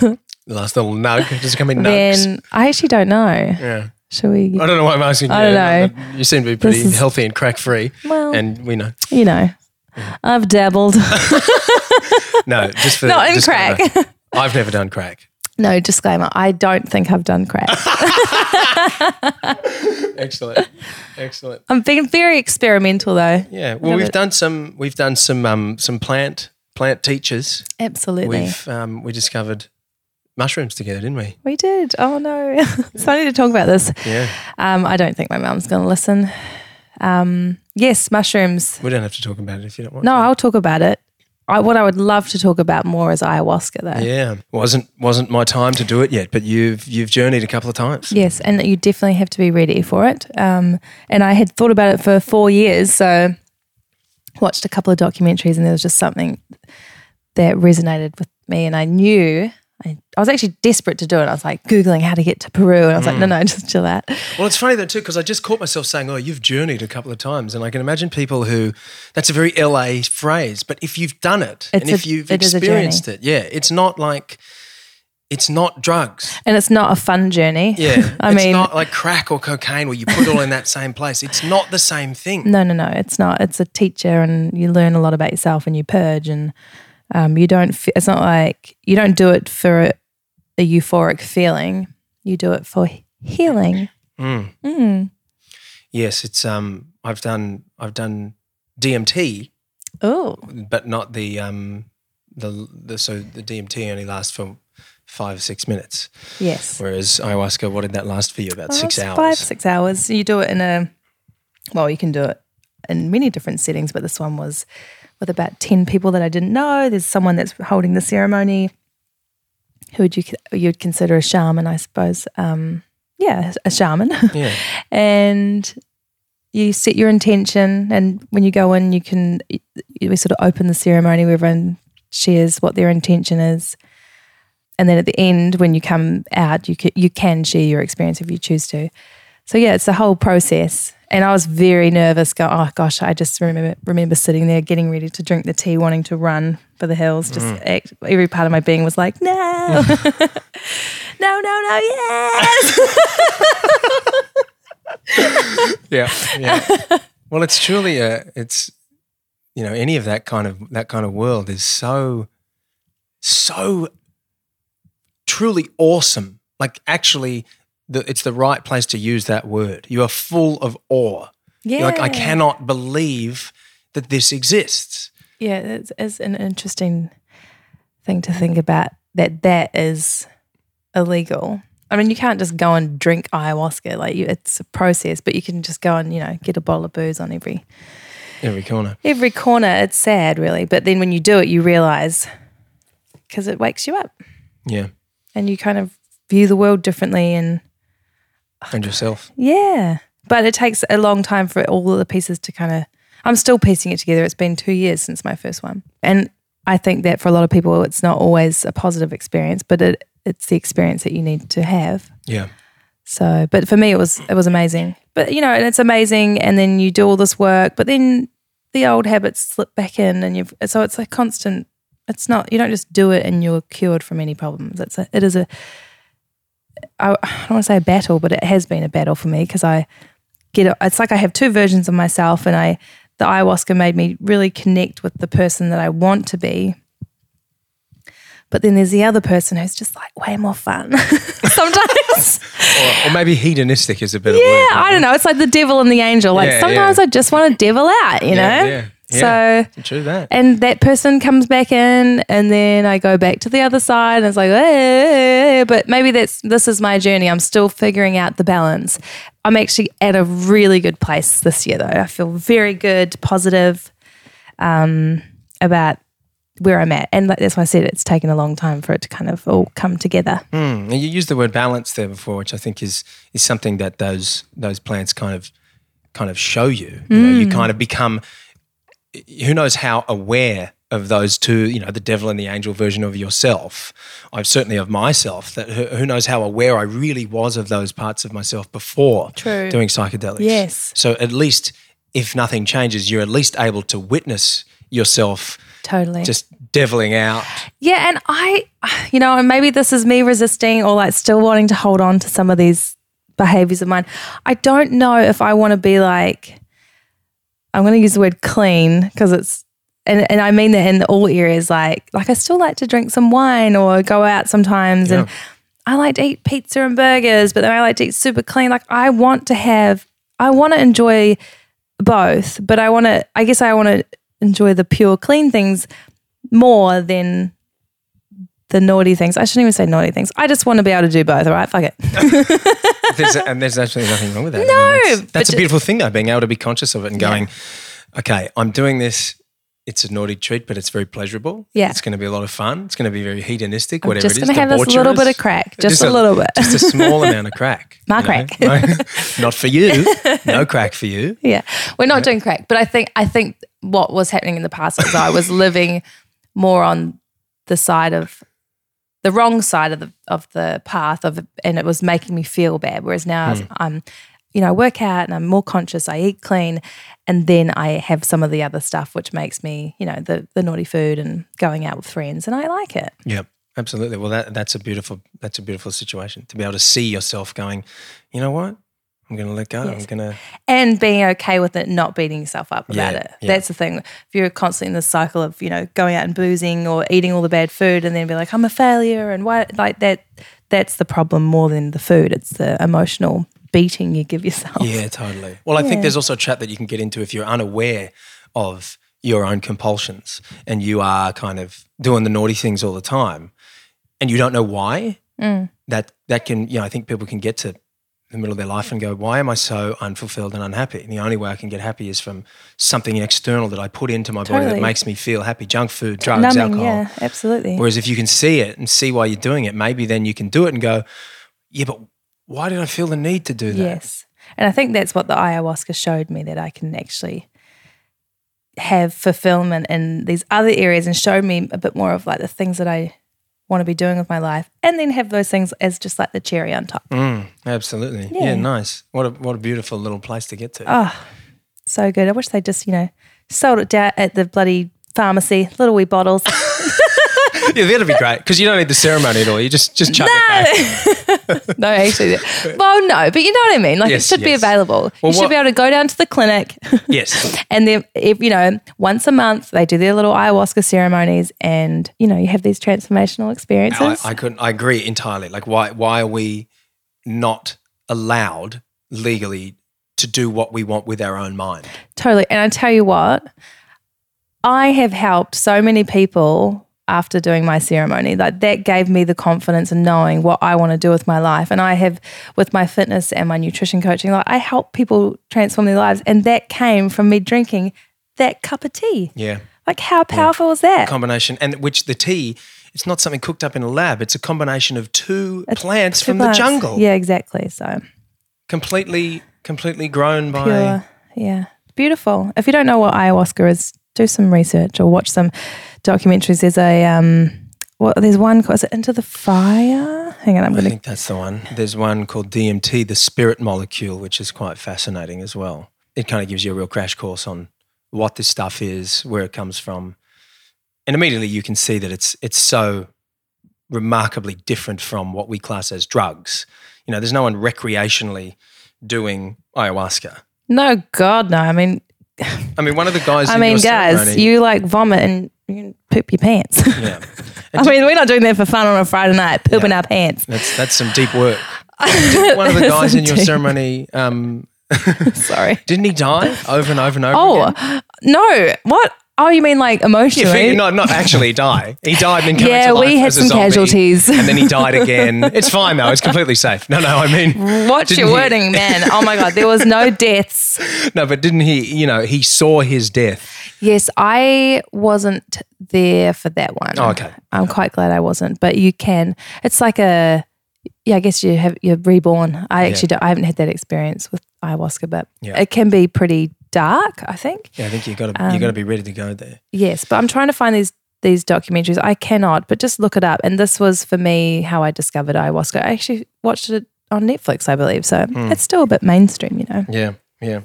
Speaker 1: the last little nug does it come in nugs?
Speaker 2: then I actually don't know.
Speaker 1: yeah.
Speaker 2: Shall we?
Speaker 1: I don't know why I'm asking.
Speaker 2: I
Speaker 1: you.
Speaker 2: don't
Speaker 1: You seem to be pretty
Speaker 2: is-
Speaker 1: healthy and crack free,
Speaker 2: Well,
Speaker 1: and we know.
Speaker 2: you know, I've dabbled.
Speaker 1: No, just for
Speaker 2: Not in
Speaker 1: just for
Speaker 2: crack.
Speaker 1: the- I've never done crack.
Speaker 2: no disclaimer. I don't think I've done crack.
Speaker 1: Excellent, excellent.
Speaker 2: I'm being very experimental though.
Speaker 1: Yeah. Well, we've done some. We've done some um, some plant plant teachers.
Speaker 2: Absolutely.
Speaker 1: We've um, we discovered mushrooms together, didn't we?
Speaker 2: we did. Oh no. so I need to talk about this.
Speaker 1: Yeah.
Speaker 2: Um, I don't think my mum's going to listen. Um, yes, mushrooms.
Speaker 1: We don't have to talk about it if you don't want.
Speaker 2: No, I'll talk about it. I, what I would love to talk about more is ayahuasca though.
Speaker 1: Yeah, wasn't wasn't my time to do it yet, but you've you've journeyed a couple of times.
Speaker 2: Yes, and you definitely have to be ready for it. Um, and I had thought about it for four years, so watched a couple of documentaries, and there was just something that resonated with me, and I knew. I, I was actually desperate to do it. I was like googling how to get to Peru, and I was like, no, no, just chill out.
Speaker 1: Well, it's funny though too because I just caught myself saying, "Oh, you've journeyed a couple of times," and I can imagine people who that's a very LA phrase. But if you've done it and
Speaker 2: It's
Speaker 1: if
Speaker 2: a-
Speaker 1: you've
Speaker 2: it is a
Speaker 1: experienced it, yeah, it's not like it's not drugs.
Speaker 2: And it's not a fun journey.
Speaker 1: Yeah,
Speaker 2: I
Speaker 1: it's
Speaker 2: mean,
Speaker 1: not like crack or cocaine where you put it all in that same place. It's not the same thing.
Speaker 2: no, no, no, it's not. It's a teacher, and you learn a lot about yourself, and you purge, and um, you don't. Fe- it's not like you don't do it for a, a euphoric feeling. You do it for he- healing.
Speaker 1: Mm.
Speaker 2: Mm.
Speaker 1: Yes, it's um, I've done I've done DMT,
Speaker 2: Oh,
Speaker 1: but not the um, the the so the DMT only lasts for five or six minutes,
Speaker 2: yes.
Speaker 1: whereas ayahuasca, what did that last for you? About
Speaker 2: Well,
Speaker 1: six
Speaker 2: it's
Speaker 1: hours.
Speaker 2: Five, six hours. You do it in a, well, you can do it in many different settings, but this one was with about 10 people that I didn't know. There's someone that's holding the ceremony who would you, you'd consider a shaman, I suppose. Um, yeah, a shaman.
Speaker 1: Yeah.
Speaker 2: and you set your intention and when you go in you can y- we sort of open the ceremony where everyone shares what their intention is and then at the end when you come out you can, you can share your experience if you choose to so yeah it's the whole process and i was very nervous go oh gosh i just remember remember sitting there getting ready to drink the tea wanting to run for the hills just
Speaker 1: Mm.
Speaker 2: act, every part of my being was like no no no no yes
Speaker 1: Yeah. Yeah. well, it's truly a it's you know any of that kind of that kind of world is so so truly awesome. Like actually, the, it's the right place to use that word. You are full of awe.
Speaker 2: yeah
Speaker 1: You're like I cannot believe that this exists.
Speaker 2: Yeah, it's, it's an interesting thing to think about that that is illegal. I mean, you can't just go and drink ayahuasca. Like, you, it's a process, but you can just go and you know get a bottle of booze on every
Speaker 1: Every corner.
Speaker 2: every corner. It's sad, really. But then when you do it, you realize because it wakes you up
Speaker 1: Yeah.
Speaker 2: and you kind of view the world differently. And
Speaker 1: And yourself.
Speaker 2: yeah, but it takes a long time for all of the pieces to kind of. I'm still piecing it together. It's been two years since my first one, and I think that for a lot of people, it's not always a positive experience, but it it's the experience that you need to have.
Speaker 1: Yeah.
Speaker 2: So, but for me, it was it was amazing. But you know, and it's amazing, and then you do all this work, but then the old habits slip back in, and you've so it's a constant. It's not you don't just do it and you're cured from any problems. It's a it is a I, I don't want to say a battle, but it has been a battle for me because I get it. It's like I have two versions of myself, and I the ayahuasca made me really connect with the person that I want to be. But then there's the other person who's just like way more fun sometimes.
Speaker 1: Or, or maybe hedonistic is a better
Speaker 2: Yeah,
Speaker 1: word.
Speaker 2: I don't know. It's like the devil and the angel. Like
Speaker 1: Yeah,
Speaker 2: sometimes
Speaker 1: yeah.
Speaker 2: I just want to devil out, you know?
Speaker 1: Yeah. Yeah.
Speaker 2: So
Speaker 1: True that.
Speaker 2: and that person comes back in and then I go back to the other side and it's like, "Eh," but maybe that's this is my journey. I'm still figuring out the balance. I'm actually at a really good place this year though. I feel very good, positive um, about where I'm at. And like- that's why I said it's taken a long time for it to kind of all come together.
Speaker 1: Mm, and you used the word balance there before, which I think is is something that those those plants kind of kind of show you. You, know,
Speaker 2: Mm.
Speaker 1: you kind of become who knows how aware of those two, you know, the devil and the angel version of yourself. I'm certainly of myself that who who knows how aware I really was of those parts of myself before
Speaker 2: True.
Speaker 1: doing psychedelics.
Speaker 2: Yes.
Speaker 1: So at least if nothing changes, you're at least able to witness yourself
Speaker 2: Totally.
Speaker 1: just deviling out.
Speaker 2: Yeah, and I, you know, and maybe this is me resisting or like still wanting to hold on to some of these behaviors of mine. I don't know if I want to be like, I'm going to use the word clean because it's, and, and I mean that in all areas. Like, like I still like to drink some wine or go out sometimes, and I like to eat pizza and burgers, but then I like to eat super clean. Like, I want to have, I want to enjoy both, but I want to, I guess I want to enjoy the pure clean things more than the naughty things. I shouldn't even say naughty things. I just want to be able to do both, all right? Fuck it.
Speaker 1: there's and there's absolutely nothing wrong with that. No, that's,
Speaker 2: but
Speaker 1: that's a
Speaker 2: ju-
Speaker 1: beautiful thing though, being able to be conscious of it and going, okay, I'm doing this. It's a naughty treat, but it's very pleasurable.
Speaker 2: Yeah.
Speaker 1: it's going to be a lot of fun. It's going to be very hedonistic. Whatever
Speaker 2: just
Speaker 1: it is,
Speaker 2: gonna have this little
Speaker 1: debaucherous.
Speaker 2: bit of crack, just a little bit.
Speaker 1: just a small amount of crack.
Speaker 2: My
Speaker 1: you know?
Speaker 2: crack.
Speaker 1: No- not for you. No crack for you.
Speaker 2: Yeah. We're not doing crack, but I think I think what was happening in the past was I was living more on the side of the wrong side of the of the path of and it was making me feel bad whereas now it's- I'm you know I work out and I'm more conscious, I eat clean and then I have some of the other stuff which makes me, you know, the the naughty food and going out with friends and I like it.
Speaker 1: Yep. Absolutely. Well, that, that's a beautiful that's a beautiful situation to be able to see yourself going. You know what? I'm going to let go. I'm going to
Speaker 2: and being okay with it, not beating yourself up about
Speaker 1: Yeah,
Speaker 2: it.
Speaker 1: yeah.
Speaker 2: That's the thing. If you're constantly in the cycle of you know going out and boozing or eating all the bad food, and then be like, I'm a failure, and why like that? That's the problem more than the food. It's the emotional beating you give yourself.
Speaker 1: Yeah, totally. Well, I think there's also a trap that you can get into if you're unaware of your own compulsions and you are kind of doing the naughty things all the time and you don't know why.
Speaker 2: Mm.
Speaker 1: That that can, you know, I think people can get to the middle of their life and go, why am I so unfulfilled and unhappy? And the only way I can get happy is from something external that I put into my body that
Speaker 2: Totally.
Speaker 1: makes me feel happy. Junk food, drugs,
Speaker 2: Numbing,
Speaker 1: alcohol.
Speaker 2: yeah, absolutely.
Speaker 1: Whereas if you can see it and see why you're doing it, maybe then you can do it and go, yeah, but why did I feel the need to do that?
Speaker 2: Yes. And I think that's what the ayahuasca showed me that I can actually have fulfillment in these other areas and showed me a bit more of like the things that I want to be doing with my life and then have those things as just like the cherry on top.
Speaker 1: Mm, absolutely. Yeah.
Speaker 2: Yeah. Oh.
Speaker 1: nice. What a what a beautiful little place to get to.
Speaker 2: So good. I wish they just, you know, sold it down at the bloody pharmacy, little wee bottles.
Speaker 1: Yeah, that'd be great because you don't need the ceremony at all. You just just chuck it back.
Speaker 2: no, actually. Well, no, but you know what I mean? Like
Speaker 1: Yes,
Speaker 2: it should be
Speaker 1: yes.
Speaker 2: available.
Speaker 1: Well,
Speaker 2: you should
Speaker 1: what-
Speaker 2: be able to go down to the clinic.
Speaker 1: Yes.
Speaker 2: And then, if you know, once a month they do their little ayahuasca ceremonies, and you know, you have these transformational
Speaker 1: I,
Speaker 2: experiences.
Speaker 1: I couldn't. I agree entirely. Like, why why are we not allowed legally to do what we want with our own mind?
Speaker 2: totally. And I tell you what, I have helped so many people after doing my ceremony. Like that gave me the confidence in knowing what I want to do with my life. And I have, with my fitness and my nutrition coaching, like I help people transform their lives, and that came from me drinking that cup of tea.
Speaker 1: Yeah.
Speaker 2: Like, how powerful is that?
Speaker 1: Combination and which the tea. It's not something cooked up in a lab. It's a combination of two plants
Speaker 2: Two
Speaker 1: from
Speaker 2: plants.
Speaker 1: the jungle,
Speaker 2: Yeah, exactly. So.
Speaker 1: completely completely grown by.
Speaker 2: pure. Yeah. Beautiful. If you don't know what ayahuasca is, do some research or watch some documentaries. There's a um what there's one called is it Into the Fire? Hang on, I'm
Speaker 1: I
Speaker 2: gonna
Speaker 1: think that's the one. There's one called DMT, the spirit molecule, which is quite fascinating as well. It kind of gives you a real crash course on what this stuff is, where it comes from, and immediately you can see that it's it's so remarkably different from what we class as drugs. You know, there's no one recreationally doing ayahuasca.
Speaker 2: No God no. I mean
Speaker 1: I mean, one of the guys.
Speaker 2: I
Speaker 1: in
Speaker 2: mean
Speaker 1: your
Speaker 2: guys,
Speaker 1: ceremony-
Speaker 2: you like vomit and you can poop your pants.
Speaker 1: yeah,
Speaker 2: I mean, we're not doing that for fun on a Friday night, pooping our pants.
Speaker 1: that's that's some deep work. one of the guys in your ceremony um,
Speaker 2: Sorry.
Speaker 1: Didn't he die over and over and over?
Speaker 2: Oh,
Speaker 1: again?
Speaker 2: no. What? Oh, you mean like
Speaker 1: Yeah,
Speaker 2: emotionally?
Speaker 1: figure- not not actually die. He died and then came
Speaker 2: Yeah,
Speaker 1: back to life
Speaker 2: we had
Speaker 1: as a
Speaker 2: some
Speaker 1: zombie,
Speaker 2: casualties.
Speaker 1: and then he died again. It's fine though. It's completely safe. No, no. I mean,
Speaker 2: Watch
Speaker 1: Didn't
Speaker 2: your
Speaker 1: he-
Speaker 2: wording, man. Oh my God. There was no deaths.
Speaker 1: no. But didn't he? You know, he saw his death.
Speaker 2: Yes, I wasn't there for that one.
Speaker 1: Oh, okay.
Speaker 2: I'm quite glad I wasn't, but you can. It's like a, yeah, I guess you have, you're reborn. I actually don't, I haven't had that experience with ayahuasca, but
Speaker 1: Yeah.
Speaker 2: it can be pretty dark, I think.
Speaker 1: Yeah, I think you got to you got to be ready to go there.
Speaker 2: Yes, but I'm trying to find these these documentaries. I cannot, but just look it up. And this was for me how I discovered ayahuasca. I actually watched it on Netflix, I believe. So
Speaker 1: Hmm.
Speaker 2: it's still a bit mainstream, you know.
Speaker 1: Yeah, yeah.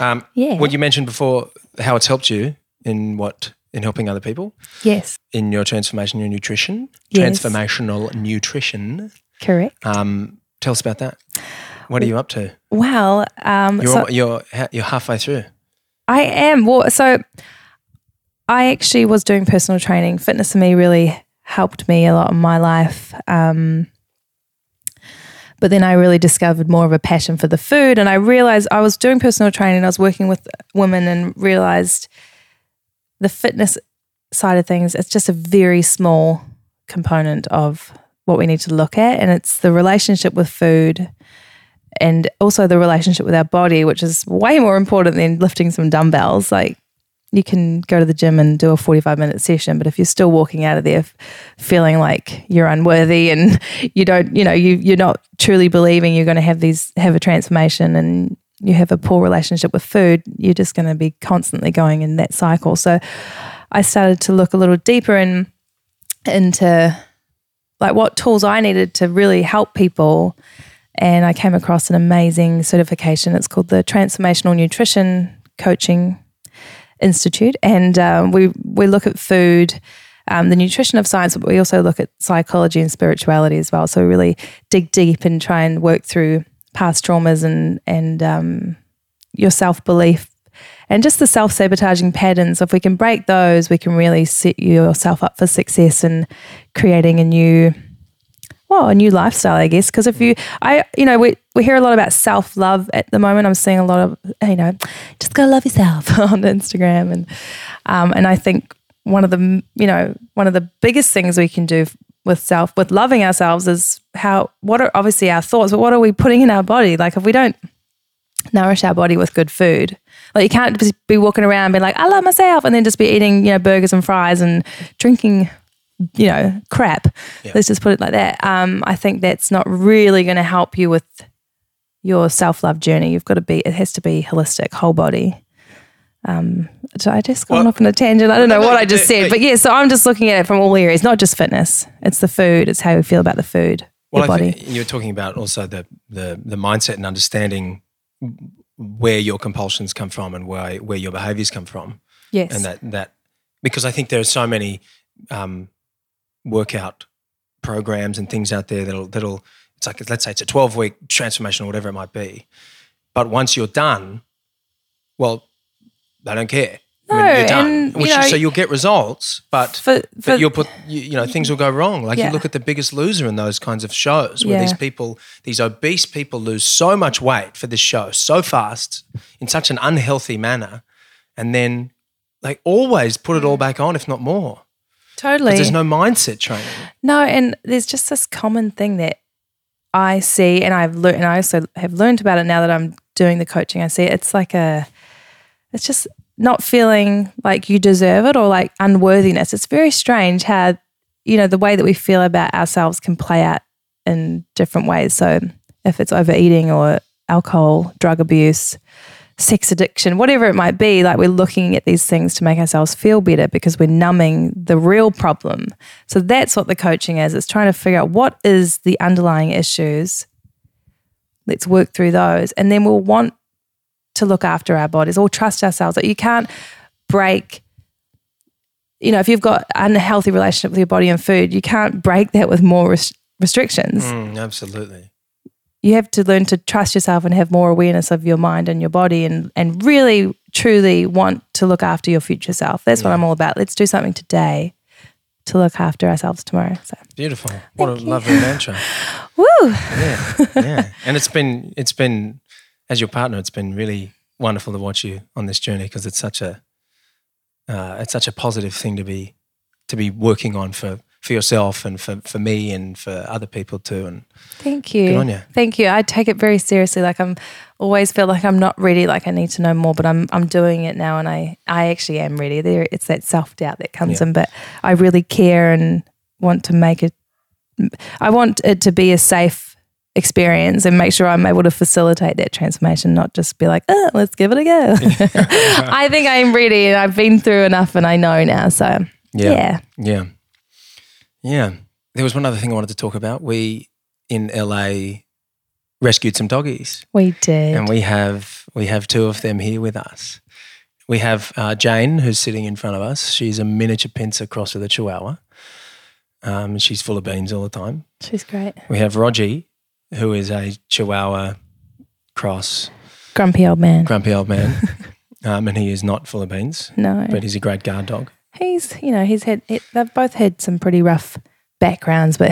Speaker 1: Um,
Speaker 2: Yeah.
Speaker 1: What you mentioned before, how it's helped you in what in helping other people
Speaker 2: Yes,
Speaker 1: in your transformation, your nutrition,
Speaker 2: Yes.
Speaker 1: transformational nutrition.
Speaker 2: correct.
Speaker 1: Um, tell us about that. What are you up to?
Speaker 2: Well, um,
Speaker 1: You're
Speaker 2: so-
Speaker 1: al- you're ha- you're halfway through.
Speaker 2: I am. Well, so I actually was doing personal training. Fitness for me really helped me a lot in my life. Um, but then I really discovered more of a passion for the food. And I realized I was doing personal training, I was working with women and realized the fitness side of things, it's just a very small component of what we need to look at. And it's the relationship with food and also the relationship with our body, which is way more important than lifting some dumbbells. Like you can go to the gym and do a 45 minute session, but if you're still walking out of there f- feeling like you're unworthy and you don't, you know, you, you're not truly believing you're going to have these, have a transformation and you have a poor relationship with food, you're just going to be constantly going in that cycle. So I started to look a little deeper in, into like what tools I needed to really help people and I came across an amazing certification. It's called the Transformational Nutrition Coaching Institute, and um, we we look at food, um, the nutrition of science, but we also look at psychology and spirituality as well. So we really dig deep and try and work through past traumas and and um, your self belief. And just the self sabotaging patterns, if we can break those, we can really set yourself up for success and creating a new well, a new lifestyle, I guess. Because if you, I, you know, we, we hear a lot about self love at the moment. I'm seeing a lot of, you know, just go love yourself on Instagram, and um, and I think one of the, you know, one of the biggest things we can do with self, with loving ourselves, is how what are obviously our thoughts, but what are we putting in our body? Like if we don't nourish our body with good food. Like you can't just be walking around being like, I love myself, and then just be eating, you know, burgers and fries and drinking, you know, crap. Let's just put it like that. Um, I think that's not really going to help you with your self love journey. You've got to be, it has to be holistic, whole body. Um, so I just gone
Speaker 1: Well-
Speaker 2: off on a tangent. I don't know
Speaker 1: No,
Speaker 2: what
Speaker 1: no,
Speaker 2: I just
Speaker 1: no,
Speaker 2: said,
Speaker 1: no.
Speaker 2: but yeah, so I'm just looking at it from all areas, not just fitness. It's the food, it's how we feel about the food, your
Speaker 1: I
Speaker 2: body.
Speaker 1: think you're talking about also the, the the mindset and understanding where your compulsions come from and where where your behaviors come from,
Speaker 2: yes.
Speaker 1: and that that because I think there are so many um, workout programs and things out there that'll that'll it's like let's say it's a 12 week transformation or whatever it might be, but once you're done, well, they don't care. I
Speaker 2: No,
Speaker 1: mean, you're done,
Speaker 2: and, you
Speaker 1: Which-
Speaker 2: know,
Speaker 1: so you'll get results, but
Speaker 2: for, for,
Speaker 1: but you'll put you, you know things will go wrong like
Speaker 2: Yeah.
Speaker 1: you look at the biggest loser in those kinds of shows where
Speaker 2: Yeah.
Speaker 1: these people these obese people lose so much weight for this show so fast in such an unhealthy manner and then they always put it all back on if not more
Speaker 2: totally.
Speaker 1: because there's no mindset training
Speaker 2: No, and there's just this common thing that I see, and I've learned, and I also have learned about it now that I'm doing the coaching. I see it's like a, it's just not feeling like you deserve it or like unworthiness. It's very strange how, you know, the way that we feel about ourselves can play out in different ways. So if it's overeating or alcohol, drug abuse, sex addiction, whatever it might be, like we're looking at these things to make ourselves feel better because we're numbing the real problem. So that's what the coaching is. It's trying to figure out what is the underlying issues. Let's work through those. And then we'll want to look after our bodies or trust ourselves. Like you can't break, you know, if you've got unhealthy relationship with your body and food, you can't break that with more res- restrictions
Speaker 1: Mm, absolutely
Speaker 2: you have to learn to trust yourself and have more awareness of your mind and your body and and really truly want to look after your future self. That's what I'm all about. Let's do something today to look after ourselves tomorrow. So
Speaker 1: beautiful what a lovely mantra
Speaker 2: woo.
Speaker 1: yeah yeah and it's been it's been as your partner, it's been really wonderful to watch you on this journey because it's such a uh, it's such a positive thing to be to be working on for for yourself and for, for me and for other people too. And
Speaker 2: Thank you.
Speaker 1: Good on ya.
Speaker 2: Thank you. I take it very seriously. Like I'm always feel like I'm not ready, like I need to know more, but I'm I'm doing it now and I I actually am ready. There it's that self doubt that comes in, but I really care and want to make it I want it to be a safe experience and make sure I'm able to facilitate that transformation, not just be like, oh, let's give it a go. I think I'm ready and I've been through enough and I know now. So yeah.
Speaker 1: Yeah. Yeah. There was one other thing I wanted to talk about. We in LA rescued some doggies,
Speaker 2: We did.
Speaker 1: and we have we have two of them here with us. We have uh, Jane, who's sitting in front of us. She's a miniature pincer cross with a Chihuahua. Um, and she's full of beans all the time.
Speaker 2: She's great.
Speaker 1: We have Rogie, who is a Chihuahua cross,
Speaker 2: Grumpy old man.
Speaker 1: grumpy old man, um, and he is not full of beans,
Speaker 2: no.
Speaker 1: but he's a great guard dog.
Speaker 2: he's you know he's had it, they've both had some pretty rough backgrounds but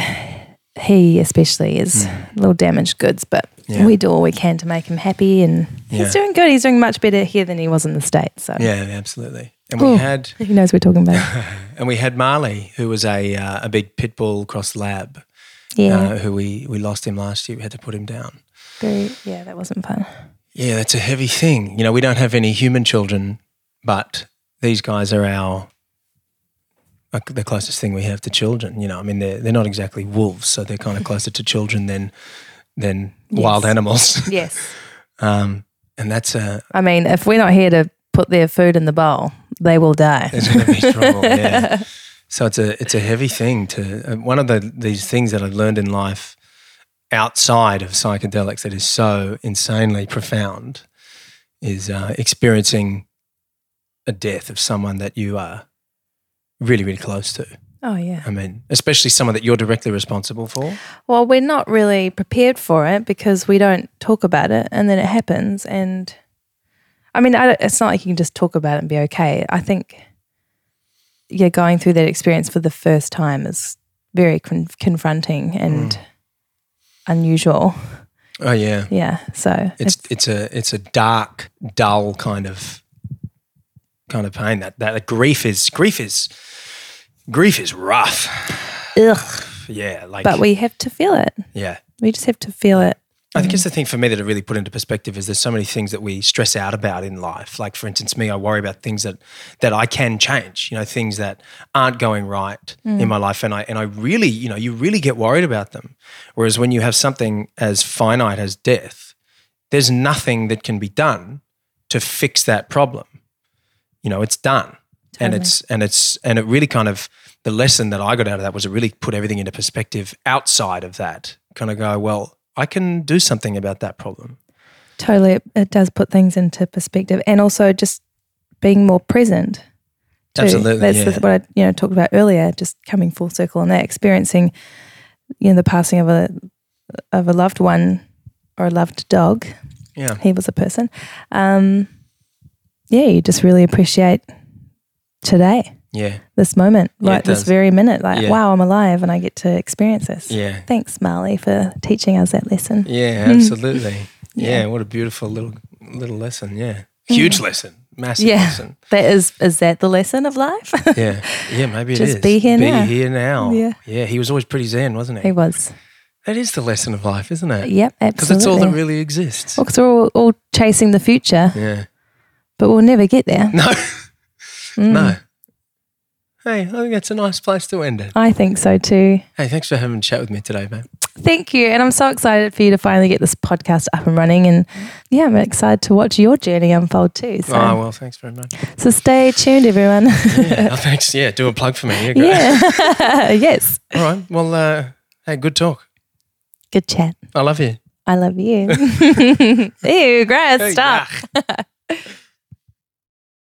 Speaker 2: he especially is a little damaged goods but
Speaker 1: Hmm. Yeah.
Speaker 2: we do all we can to make him happy and
Speaker 1: Yeah.
Speaker 2: he's doing good he's doing much better here than he was in the states so
Speaker 1: Yeah, absolutely. And we
Speaker 2: Cool.
Speaker 1: had
Speaker 2: he knows we're talking about
Speaker 1: and we had Marley, who was a uh, a big pit bull cross lab,
Speaker 2: yeah
Speaker 1: uh, who we we lost him last year. We had to put him down.
Speaker 2: very, yeah that wasn't fun
Speaker 1: Yeah, that's a heavy thing. You know, we don't have any human children, but these guys are our are the closest thing we have to children. You know, I mean, they're they're not exactly wolves, so they're kind of closer to children than than wild
Speaker 2: Yes.
Speaker 1: animals.
Speaker 2: yes
Speaker 1: Um, and that's a
Speaker 2: I mean if we're not here to put their food in the bowl they will die
Speaker 1: It's going to be trouble. Yeah. So it's a it's a heavy thing to uh, one of the these things that I've learned in life outside of psychedelics that is so insanely profound is uh, experiencing a death of someone that you are really really close to.
Speaker 2: oh yeah
Speaker 1: I mean, especially someone that you're directly responsible for.
Speaker 2: Well, we're not really prepared for it because we don't talk about it and then it happens. And I mean, I don't- it's not like you can just talk about it and be okay. I think, yeah, going through that experience for the first time is very con- confronting and unusual.
Speaker 1: Oh yeah.
Speaker 2: Yeah. So
Speaker 1: it's it's a it's a dark, dull kind of kind of pain. That that grief is grief is grief is rough.
Speaker 2: it's- ugh,
Speaker 1: Yeah, like
Speaker 2: but we have to feel it.
Speaker 1: yeah.
Speaker 2: We just have to feel it.
Speaker 1: I think it's the thing for me that it really put into perspective is there's so many things that we stress out about in life. Like for instance, me, I worry about things that that I can change. You know, things that aren't going right
Speaker 2: Mm.
Speaker 1: in my life, and I and I really, you know, you really get worried about them. Whereas when you have something as finite as death, there's nothing that can be done to fix that problem. You know, it's done, and it's and it's and it really kind of the lesson that I got out of that was it really put everything into perspective outside of that. Kind of go, well, I can do something about that problem.
Speaker 2: Totally. It, it does put things into perspective and also just being more present. too.
Speaker 1: Absolutely,
Speaker 2: That's
Speaker 1: yeah.
Speaker 2: the- what I you know talked about earlier. Just coming full circle on that, experiencing you know the passing of a of a loved one or a loved dog.
Speaker 1: Yeah,
Speaker 2: He was a person. Um, yeah, you just really appreciate today,
Speaker 1: yeah,
Speaker 2: this moment,
Speaker 1: Yeah, it
Speaker 2: like this
Speaker 1: does.
Speaker 2: very minute. Like,
Speaker 1: Yeah.
Speaker 2: wow, I'm alive and I get to experience this.
Speaker 1: yeah,
Speaker 2: Thanks, Marley, for teaching us that lesson.
Speaker 1: yeah. Absolutely. yeah. what a beautiful little little lesson. Yeah, huge lesson, massive
Speaker 2: Mm. Yeah.
Speaker 1: lesson.
Speaker 2: That is, is that the lesson of life?
Speaker 1: Yeah, yeah. Maybe it is.
Speaker 2: Just be here
Speaker 1: Be
Speaker 2: now.
Speaker 1: here now.
Speaker 2: Yeah.
Speaker 1: yeah. He was always pretty zen, wasn't
Speaker 2: he
Speaker 1: he?
Speaker 2: was.
Speaker 1: That is the lesson of life, isn't it?
Speaker 2: Yep,
Speaker 1: Because
Speaker 2: absolutely.
Speaker 1: it's all that really exists.
Speaker 2: because we're all, all chasing the future,
Speaker 1: Yeah.
Speaker 2: but we'll never get there.
Speaker 1: No.
Speaker 2: Mm.
Speaker 1: No. Hey, I think that's a nice place to end it.
Speaker 2: I think so too.
Speaker 1: Hey, thanks for having a chat with me today, mate.
Speaker 2: Thank you. And I'm so excited for you to finally get this podcast up and running. And yeah, I'm excited to watch your journey unfold too. So,
Speaker 1: Oh, well, thanks very much.
Speaker 2: so stay tuned, everyone.
Speaker 1: Yeah, oh, thanks. Yeah, do a plug for me. Yeah, great.
Speaker 2: yeah. yes.
Speaker 1: All right. Well, uh, hey, good talk.
Speaker 2: Good chat.
Speaker 1: I love you.
Speaker 2: I love you. Ew, gross.
Speaker 1: Hey,
Speaker 2: Stop.
Speaker 1: yuck.